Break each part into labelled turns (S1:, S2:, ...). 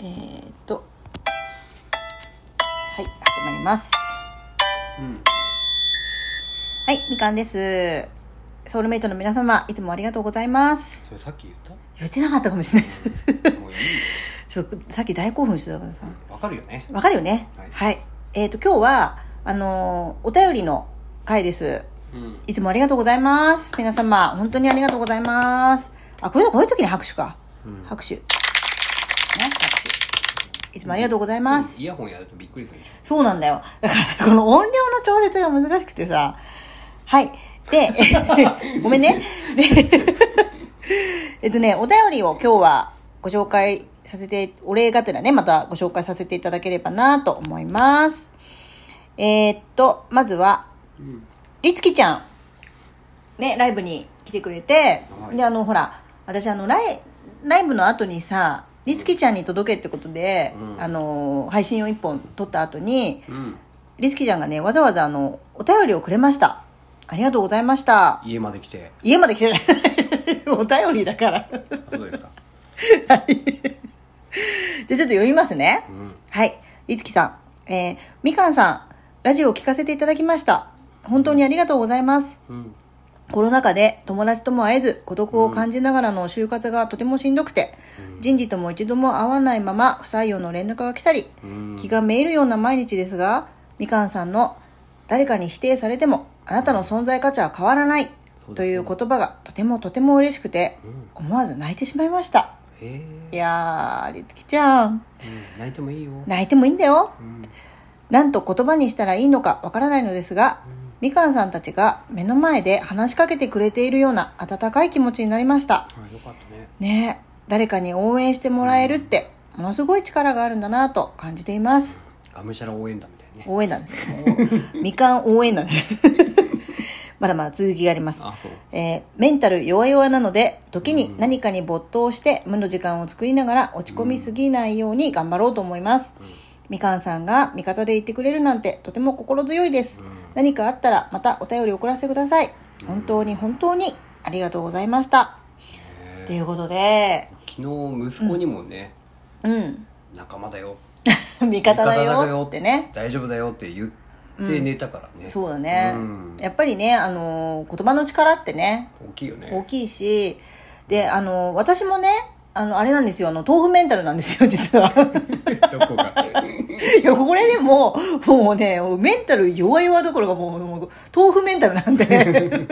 S1: えー、っとはい始まります
S2: うん
S1: はいみかんですソウルメイトの皆様いつもありがとうございます
S2: それさっき言ったも
S1: 言ってなかったかもしれないです
S2: ういいよ
S1: ちょっとさっき大興奮してたからさ
S2: わかるよね
S1: わかるよね
S2: はい
S1: はい、えー、っと今日はあのーお便りの回です
S2: うん
S1: いつもありがとうございます皆様本当にありがとうございますあこういうこういう時に拍手か
S2: うん
S1: 拍手ね拍手いつもありがとうございます、
S2: イヤホンやるとびっくりするでしょ
S1: そうなんだよ。 だからさこの音量の調節が難しくてさ。はい。で、 ごめんね。 で、えっとね、お便りを今日はご紹介させて、お礼がてらね、またご紹介させていただければなと思います。えーっと、まずは、
S2: うん
S1: りつきちゃん。ね、ライブに来てくれて、
S2: はい
S1: で、あの、ほら、私、あの、ライ、ライブの後にさ、りつきちゃんに届けってことで、
S2: うん
S1: あの、配信を一本撮った後に、
S2: うん
S1: りつきちゃんがね、わざわざあの、お便りをくれました。ありがとうございました。
S2: 家まで来て
S1: 家まで来て ない。お便りだから。
S2: あそうですか
S1: じゃあちょっと読みますね。
S2: うん
S1: はい。りつきさん。えー、みかんさん、ラジオを聞かせていただきました。本当にありがとうございます。
S2: うん
S1: コロナ禍で友達とも会えず孤独を感じながらの就活がとてもしんどくて、人事とも一度も会わないまま不採用の連絡が来たり、
S2: うん
S1: 気がめいるような毎日ですがみかんさんの「誰かに否定されてもあなたの存在価値は変わらない」
S2: そうですね
S1: という言葉がとてもとても嬉しくて思わず泣いてしまいました
S2: へえ
S1: いやーりつきちゃん
S2: うん泣いてもいいよ
S1: 泣いてもいいんだよ
S2: うん
S1: なんと言葉にしたらいいのかわからないのですが、みかんさんたちが目の前で話しかけてくれているような温かい気持ちになりました。
S2: あよかったね
S1: ねえ、誰かに応援してもらえるって、ものすごい力があるんだなと感じています。
S2: がむしゃら応援団みたいなね
S1: 応援なんですよ。もうみかん応援なん です。まだまだ続きがあります。
S2: あそう
S1: えーメンタル弱々なので時に何かに没頭して無の時間を作りながら落ち込みすぎないように頑張ろうと思います、みかんさんが味方でいてくれるなんてとても心強いです、何かあったらまたお便り送らせてください本当に本当にありがとうございましたということで
S2: 昨日息子にもね
S1: うん
S2: 仲間だよ
S1: 味方だよってね
S2: 大丈夫だよって言って寝たからね
S1: そうだね、
S2: うん
S1: やっぱりね、あのー言葉の力ってね
S2: 大きいよ
S1: 大
S2: ね
S1: きいしであの私もねあのあれなんですよあの豆腐メンタルなんですよ実 は
S2: ど こが
S1: いやこれでももうねメンタル弱々どころかもうもう豆腐メンタルなん で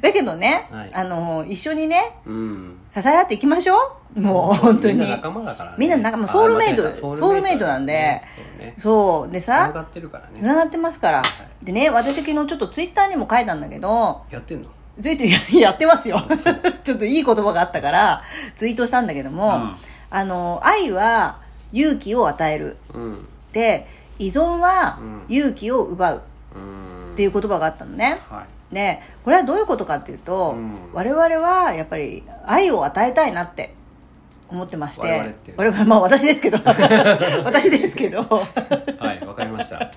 S1: だけどね、
S2: はい
S1: あの一緒にね
S2: うん
S1: 支え合っていきましょうもう本当に
S2: みんな仲間だからね
S1: みんな仲間
S2: あ
S1: ソウルメイト
S2: 間違えた
S1: ソウルメイトなんで
S2: ねそうね
S1: そうで
S2: 繋
S1: さ
S2: がってるから
S1: つ
S2: ね
S1: ながってますから、でね私昨日ちょっとツイッターにも書いたんだけど
S2: やってんの
S1: ツイートやってますよちょっといい言葉があったからツイートしたんだけども、
S2: うん
S1: あの愛は勇気を与える
S2: うん
S1: で依存は
S2: うん
S1: 勇気を奪う
S2: うん
S1: っていう言葉があったのね
S2: はい
S1: でこれはどういうことかっていうと、
S2: うん
S1: 我々はやっぱり愛を与えたいなって思ってまして
S2: 我々って
S1: 我々まあ私ですけ ど私ですけど
S2: はいわかりました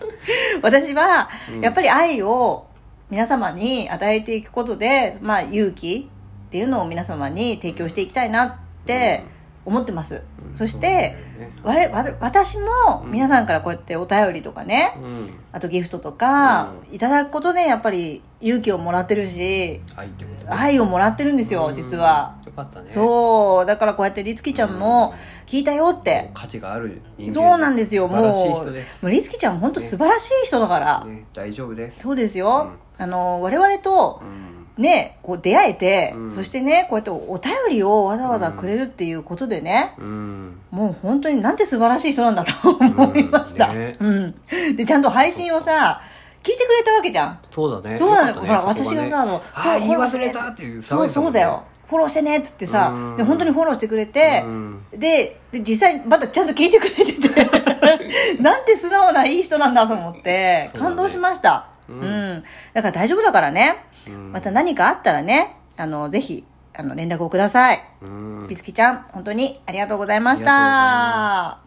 S1: 私は
S2: うん
S1: やっぱり愛を皆様に与えていくことで、まあ、勇気っていうのを皆様に提供していきたいなって思ってます、そして
S2: そう
S1: 我々私も
S2: うん
S1: 皆さんからこうやってお便りとかね、
S2: だよねうん
S1: あとギフトとか
S2: う
S1: いただくことでやっぱり勇気をもらってるし
S2: 愛ってことね
S1: 愛をもらってるんですよ
S2: うん
S1: 実は、
S2: よかったねう
S1: そうだからこうやってりつきちゃんも聞いたよって、
S2: 価値がある人間
S1: そうなんですよ
S2: 素晴らしい
S1: も
S2: 人
S1: う
S2: です
S1: もうりつきちゃん本当素晴らしい人だから、
S2: ね大丈夫です
S1: そうですよ、あの我々と
S2: うん
S1: ねこう出会えて、
S2: うん
S1: そしてねこうやってお便りをわざわざくれるっていうことでね、
S2: うん
S1: もう本当になんて素晴らしい人なんだと思いました、うん
S2: うんね
S1: でちゃんと配信をさ聞いてくれたわけじゃん
S2: そうだね
S1: そうなの
S2: よかった
S1: ほら
S2: そこ
S1: 私がさあの
S2: ね
S1: ほ
S2: あ
S1: ら
S2: ー言い
S1: ほら
S2: 忘れたっていう
S1: そうそうだよフォローしてねっつってさ、
S2: うん
S1: で本当にフォローしてくれて、
S2: うん
S1: でで実際またちゃんと聞いてくれて てなんて素直ないい人なんだと思って
S2: そうだね
S1: 感動しましたう,、
S2: うん
S1: んだから大丈夫だからね、
S2: うん
S1: また何かあったらねあのぜひあの連絡をください、
S2: うん
S1: 美月ちゃん本当にありがとうございました
S2: あ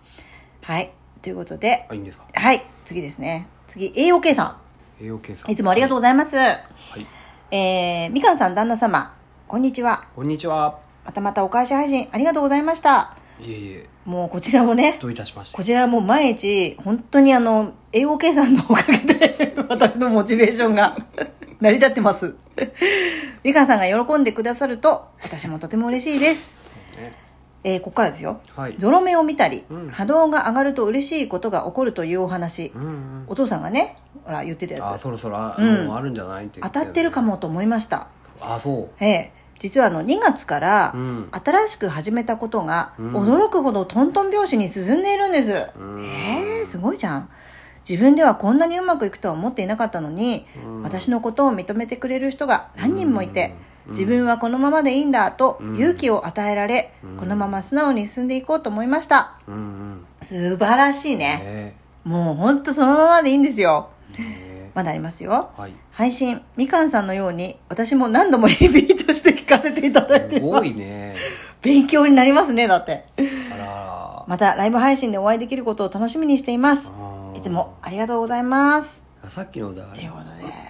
S1: はいということで
S2: あいいんですか
S1: はい次ですね次栄養計算
S2: 栄養計算
S1: いつもありがとうございます、
S2: はい
S1: えー、みかんさん旦那様こんにちは
S2: こんにちは
S1: またまたお返し配信ありがとうございました。
S2: いえいえ
S1: もうこちらもね
S2: どういたしまして
S1: こちらもう毎日本当にあの英語計算のおかげで 私のモチベーションが 成り立ってます美香さんが喜んでくださると私もとても嬉しいです、
S2: ね
S1: えーここからですよ
S2: はい
S1: ゾロ目を見たり、
S2: うん
S1: 波動が上がると嬉しいことが起こるというお話、
S2: うんうん
S1: お父さんがねほら言ってたや
S2: あ
S1: つ
S2: そろそろあ,、
S1: うん
S2: もうあるんじゃないって
S1: 当たってるかもと思いました
S2: あそ
S1: ええ実はあの2月から
S2: ううん
S1: 新しく始めたことが
S2: うん
S1: 驚くほどトントン拍子に進んでいるんです、
S2: うん
S1: えー、すごいじゃん自分ではこんなにうまくいくとは思っていなかったのに、
S2: うん
S1: 私のことを認めてくれる人が何人もいて、
S2: うん
S1: 自分はこのままでいいんだと
S2: うん
S1: 勇気を与えられ、
S2: うん
S1: このまま素直に進んでいこうと思いました
S2: うんうん
S1: 素晴らしいね
S2: ね
S1: もうほんとそのままでいいんですよ
S2: ね
S1: まだありますよ
S2: はい
S1: 配信みかんさんのように私も何度もリピートして聞かせていただいて
S2: す
S1: いま
S2: ご
S1: す
S2: いね
S1: 勉強になりますねだって
S2: あら
S1: またライブ配信でお会いできることを楽しみにしています
S2: あー
S1: いつもありがとうございます
S2: さっきのだあ
S1: と
S2: れ
S1: いうこと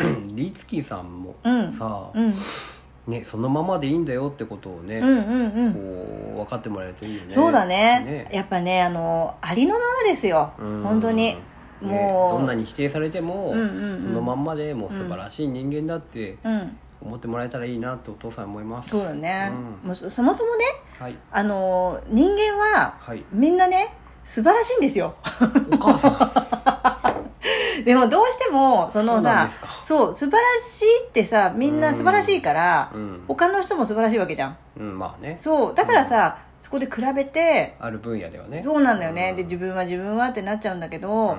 S1: で
S2: リーツキーさんも
S1: うん
S2: さ、
S1: うん
S2: ね、そのままでいいんだよってことをね、
S1: うんうんうん、
S2: こう分かってもらえるといいよね
S1: そうだねやっぱねあのありのままですよ
S2: うん
S1: 本当に
S2: ね
S1: もう
S2: どんなに否定されても、
S1: うんうんうん
S2: そのまんまでもう素晴らしい人間だって
S1: うん
S2: 思ってもらえたらいいなってお父さん思います
S1: そうだね、
S2: うん
S1: もうそそもそもね
S2: はい
S1: あの人間は
S2: はい
S1: みんなね素晴らしいんですよ
S2: お母さん
S1: でもどうしてもその
S2: そうなん
S1: さ
S2: ですか
S1: そう素晴らしいってさみんな素晴らしいから、
S2: うん、
S1: 他の人も素晴らしいわけじゃん
S2: うん、まあね
S1: そうだからさ、そこで比べて
S2: ある分野ではね
S1: そうなんだよね、
S2: うん
S1: で自分は自分はってなっちゃうんだけ
S2: う
S1: ど、
S2: ん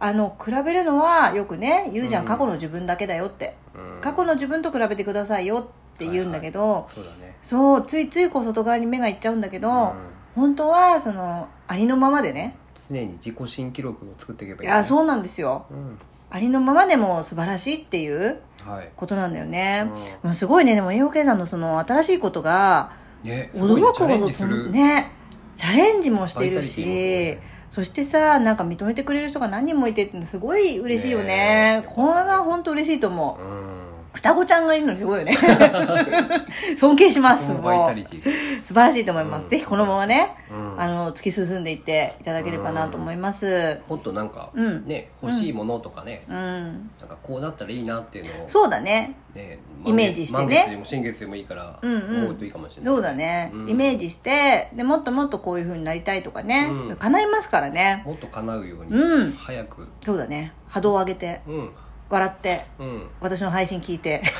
S1: あの比べるのはよくね言うじゃん、
S2: うん
S1: 過去の自分だけだよって
S2: うん
S1: 過去の自分と比べてくださいよって言うんだけど、
S2: そうだね
S1: そうついついこう外側に目がいっちゃうんだけど、
S2: うん
S1: 本当はそのありのままでね
S2: 常に自己新記録を作っていけば
S1: い
S2: いい、ね、
S1: や
S2: う、
S1: そうなんですよ
S2: ん、
S1: ありのままでも素晴らしいっていう
S2: はい
S1: ことなんだよね、
S2: う
S1: もうすごいねでも AOK さんのその新しいことが
S2: ねすごいね
S1: 驚く
S2: チャレン
S1: ほど
S2: ジする
S1: ねチャレンジもしてるし、
S2: バイタリティもす
S1: そしてさなんか認めてくれる人が何人もいてってすごい嬉しいよね
S2: ねえ
S1: これは本当嬉しいと思う、
S2: うん
S1: 双子ちゃんがいるのすごい よね尊敬します
S2: この
S1: も
S2: バイタ
S1: う
S2: リティが
S1: 素晴らしいと思います、
S2: うん
S1: ぜひこのままね、
S2: うん
S1: あの突き進んでいっていただければなと思います
S2: もっとなんか、
S1: うん
S2: ね欲しいものとかね、
S1: うん、
S2: なんかこうなったらいいなっていうのを
S1: そうだね
S2: ね
S1: イメージしてね
S2: 満月でも新月でもいいから
S1: うんうん
S2: 思うといいかもしれない、
S1: そうだね、
S2: うん
S1: イメージしてでもっともっとこういう風になりたいとかね、
S2: うん
S1: 叶いますからね
S2: もっと叶うように、
S1: うん
S2: 早く
S1: そうだね波動を上げて
S2: うん
S1: 笑って
S2: うん
S1: 私の配信聞いて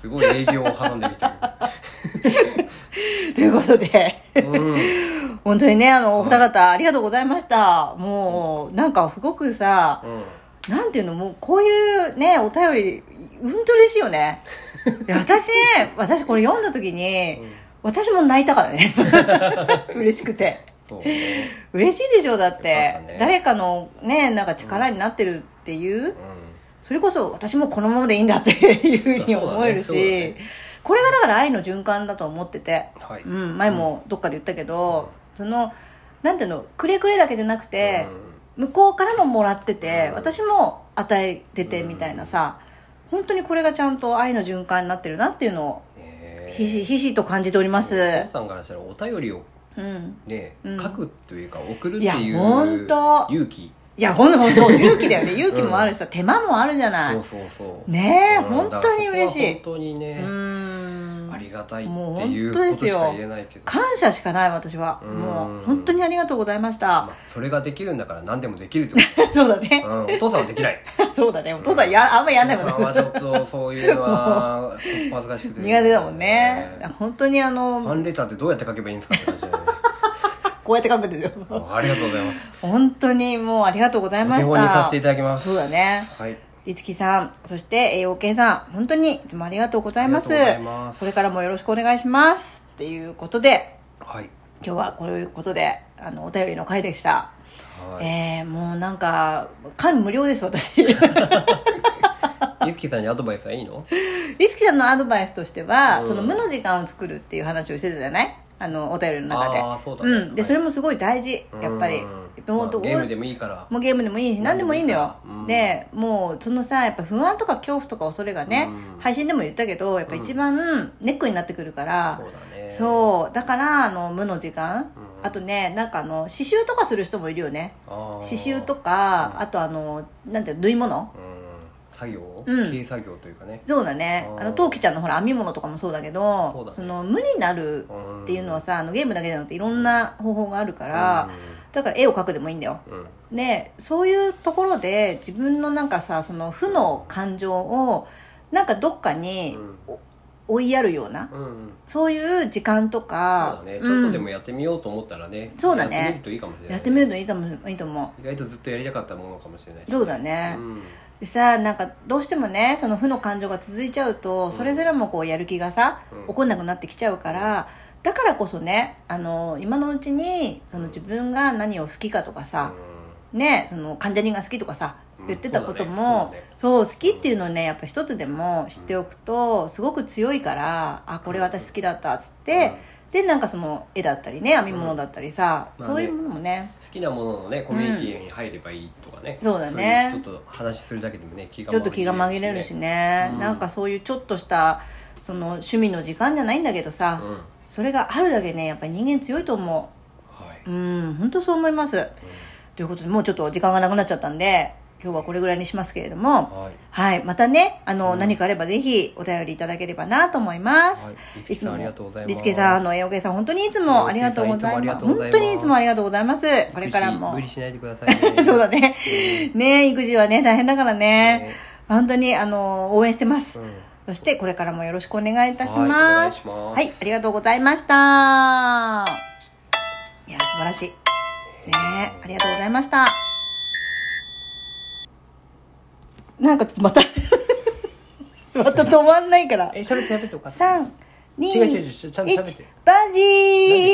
S2: すごい営業をはんでみた
S1: ということで
S2: いな、うん、
S1: 本当にねあのお二方ありがとうございましたもうなんかすごくさなんていうのもうこういうねお便りうんと嬉しいよねいや私ね私これ読んだ時に、
S2: うん
S1: 私も泣いたから ね嬉しくて
S2: そうね
S1: 嬉しいでしょうだって、
S2: よかったね
S1: 誰かのねなんか力になってるっていう、
S2: う
S1: それこそ私もこのままでいいんだっていうふうに思えるし、
S2: そうだねそうだね
S1: これがだから愛の循環だと思ってて、
S2: んはい、
S1: うん、前もどっかで言ったけど、そのなんていうのくれくれだけじゃなくて、向こうからももらってて、
S2: うん
S1: 私も与えててみたいなさ、本当にこれがちゃんと愛の循環になってるなっていうのを
S2: うんね
S1: ひしひしと感じております、
S2: お父さんからしたらお便りを
S1: うん、
S2: ね、
S1: うん
S2: 書くというか送るってい
S1: い
S2: う
S1: やほんと
S2: 勇気
S1: いやほんとほんと勇気だよね勇気もあるしさ、手間もあるじゃない
S2: そうそうそう
S1: ねえ、
S2: うん
S1: 本当に嬉し
S2: だからそこはい本当に
S1: う
S2: ね、
S1: ーん
S2: ありがたいっ
S1: もう
S2: てい
S1: 本
S2: う
S1: 当
S2: こ
S1: で
S2: と
S1: す
S2: し
S1: よ
S2: か言えないけど、
S1: 感謝しかない私は
S2: うん
S1: もう本当にありがとうございました
S2: まあ、それができるんだから何でもできるってこ
S1: そうだ
S2: と、
S1: ね
S2: うん、お父さんはできない
S1: そうだねお父さんやあんまやんないもんね
S2: お父さんはちょっとそういうのは恥ずかしくて
S1: 苦手だもんね
S2: ね
S1: 本当にあ
S2: ファ
S1: の
S2: ンレターってどうやって書けばいいんですかって感じ だよね
S1: こうやって書くんですよ
S2: あありがとうございます
S1: 本当にもうありがとうござい
S2: お
S1: ま
S2: 手
S1: し
S2: 本にさ
S1: た
S2: せていただきます
S1: そうだね
S2: はい
S1: いつきさんそして AOK さん本当にいつもありがとうございます
S2: ありがとうございます
S1: これからもよろしくお願いしますっていうことで
S2: はい
S1: 今日はこういうことであのお便りの回でした、
S2: はい、
S1: えー、もうなんか感無量です私
S2: ゆきさんにアドバイスはいいの
S1: リスキさんのアドバイスとしては、
S2: うん
S1: その無の時間を作るっていう話をしてたじゃないあのお便りの中で
S2: あーそうだね
S1: ん、
S2: は
S1: で
S2: い
S1: それもすごい大事やっぱり
S2: うん
S1: も
S2: ま
S1: う
S2: あ
S1: どう
S2: ゲームでもいいから
S1: もうゲームでもいいし何でもいいのよ、
S2: うん
S1: でもうそのさやっぱ不安とか恐怖とか恐れがね、
S2: うん
S1: 配信でも言ったけどやっぱ一番ネックになってくるから、
S2: そうだねね
S1: そうだからあの無の時間、
S2: うん
S1: あとねなんかあの刺繍とかする人もいるよね
S2: うあー
S1: 刺繍とか、あとあのなんていうの縫い物
S2: うん作業、
S1: うん
S2: 軽作業というかね
S1: そうだね
S2: あー
S1: あの陶器ちゃんのほら編み物とかもそうだけど
S2: そうだね
S1: の無になる
S2: っ
S1: っていうのはさあのゲームだけじゃなくていろんな方法があるから、だから絵を描くでもいいんだよ
S2: うんうん
S1: でそういうところで自分のなんかさその負の感情をなんかどっかにお追いやるような、
S2: うんうん
S1: そういう時間と
S2: そう
S1: か
S2: だねちょっとで
S1: うん
S2: もやってみようと思ったらね、
S1: そうだね
S2: やってみるといいかもしれない
S1: やってみるといいかもいいと思
S2: 意外とずっとやりたかったものかもしれないう
S1: そうだね、
S2: うん
S1: でさなんかどうしてもねその負の感情が続いちゃうとそれぞれもこうやる気がさ、
S2: うん
S1: 起こんなくなってきちゃうからだからこそねあの今のうちにその自分が何を好きかとかさ、ねその患者人が好きとかさ
S2: うん
S1: 言ってたこと
S2: そうだ
S1: も、
S2: ね
S1: そう好きっていうのをねやっぱ一つでも知っておくとすごく強いからあこれ私好きだったっつって、でなんかその絵だったりね編み物だったりさ、
S2: うん
S1: そういうものもね
S2: 好きなもののねコミュニティに入ればいいとかね、
S1: うんそうだね
S2: そういうちょっと話するだけでもね気が
S1: ちょっと気が紛れるしね、
S2: うん
S1: なんかそういうちょっとしたその趣味の時間じゃないんだけど
S2: う
S1: さ、
S2: んは
S1: それがあるだけねやっぱり人間強いと思
S2: いう
S1: うん本当そう思います、ということでもうちょっと時間がなくなっちゃったんで今日はこれぐらいにしますけれども
S2: はい
S1: はいまたねあの、何かあればぜひお便りいただければなと思います、
S2: はいい、律貴さん
S1: も
S2: ありがとうございます
S1: 律貴さんあの栄養さん本当にいつもありがとうございます
S2: いや
S1: 本
S2: 律貴さんいつもありがとうございます
S1: 当にいつもありがとうございますこれからも
S2: 無理しないでください ね
S1: そうだね。ね育児はね、大変だからね
S2: ね。
S1: 本当に、あの、応援してます
S2: うん。
S1: そして、これからもよろしくお願いいたし
S2: はいお願
S1: ま
S2: い
S1: す。
S2: します
S1: はい、ありがとうございました。いや、素晴らしい。ねありがとうございました。なんかちょっとまた、 また止まんないから。
S2: え喋って喋っておかしい
S1: 3、2、
S2: 違う違う違うちゃんと喋って
S1: 1、バンジー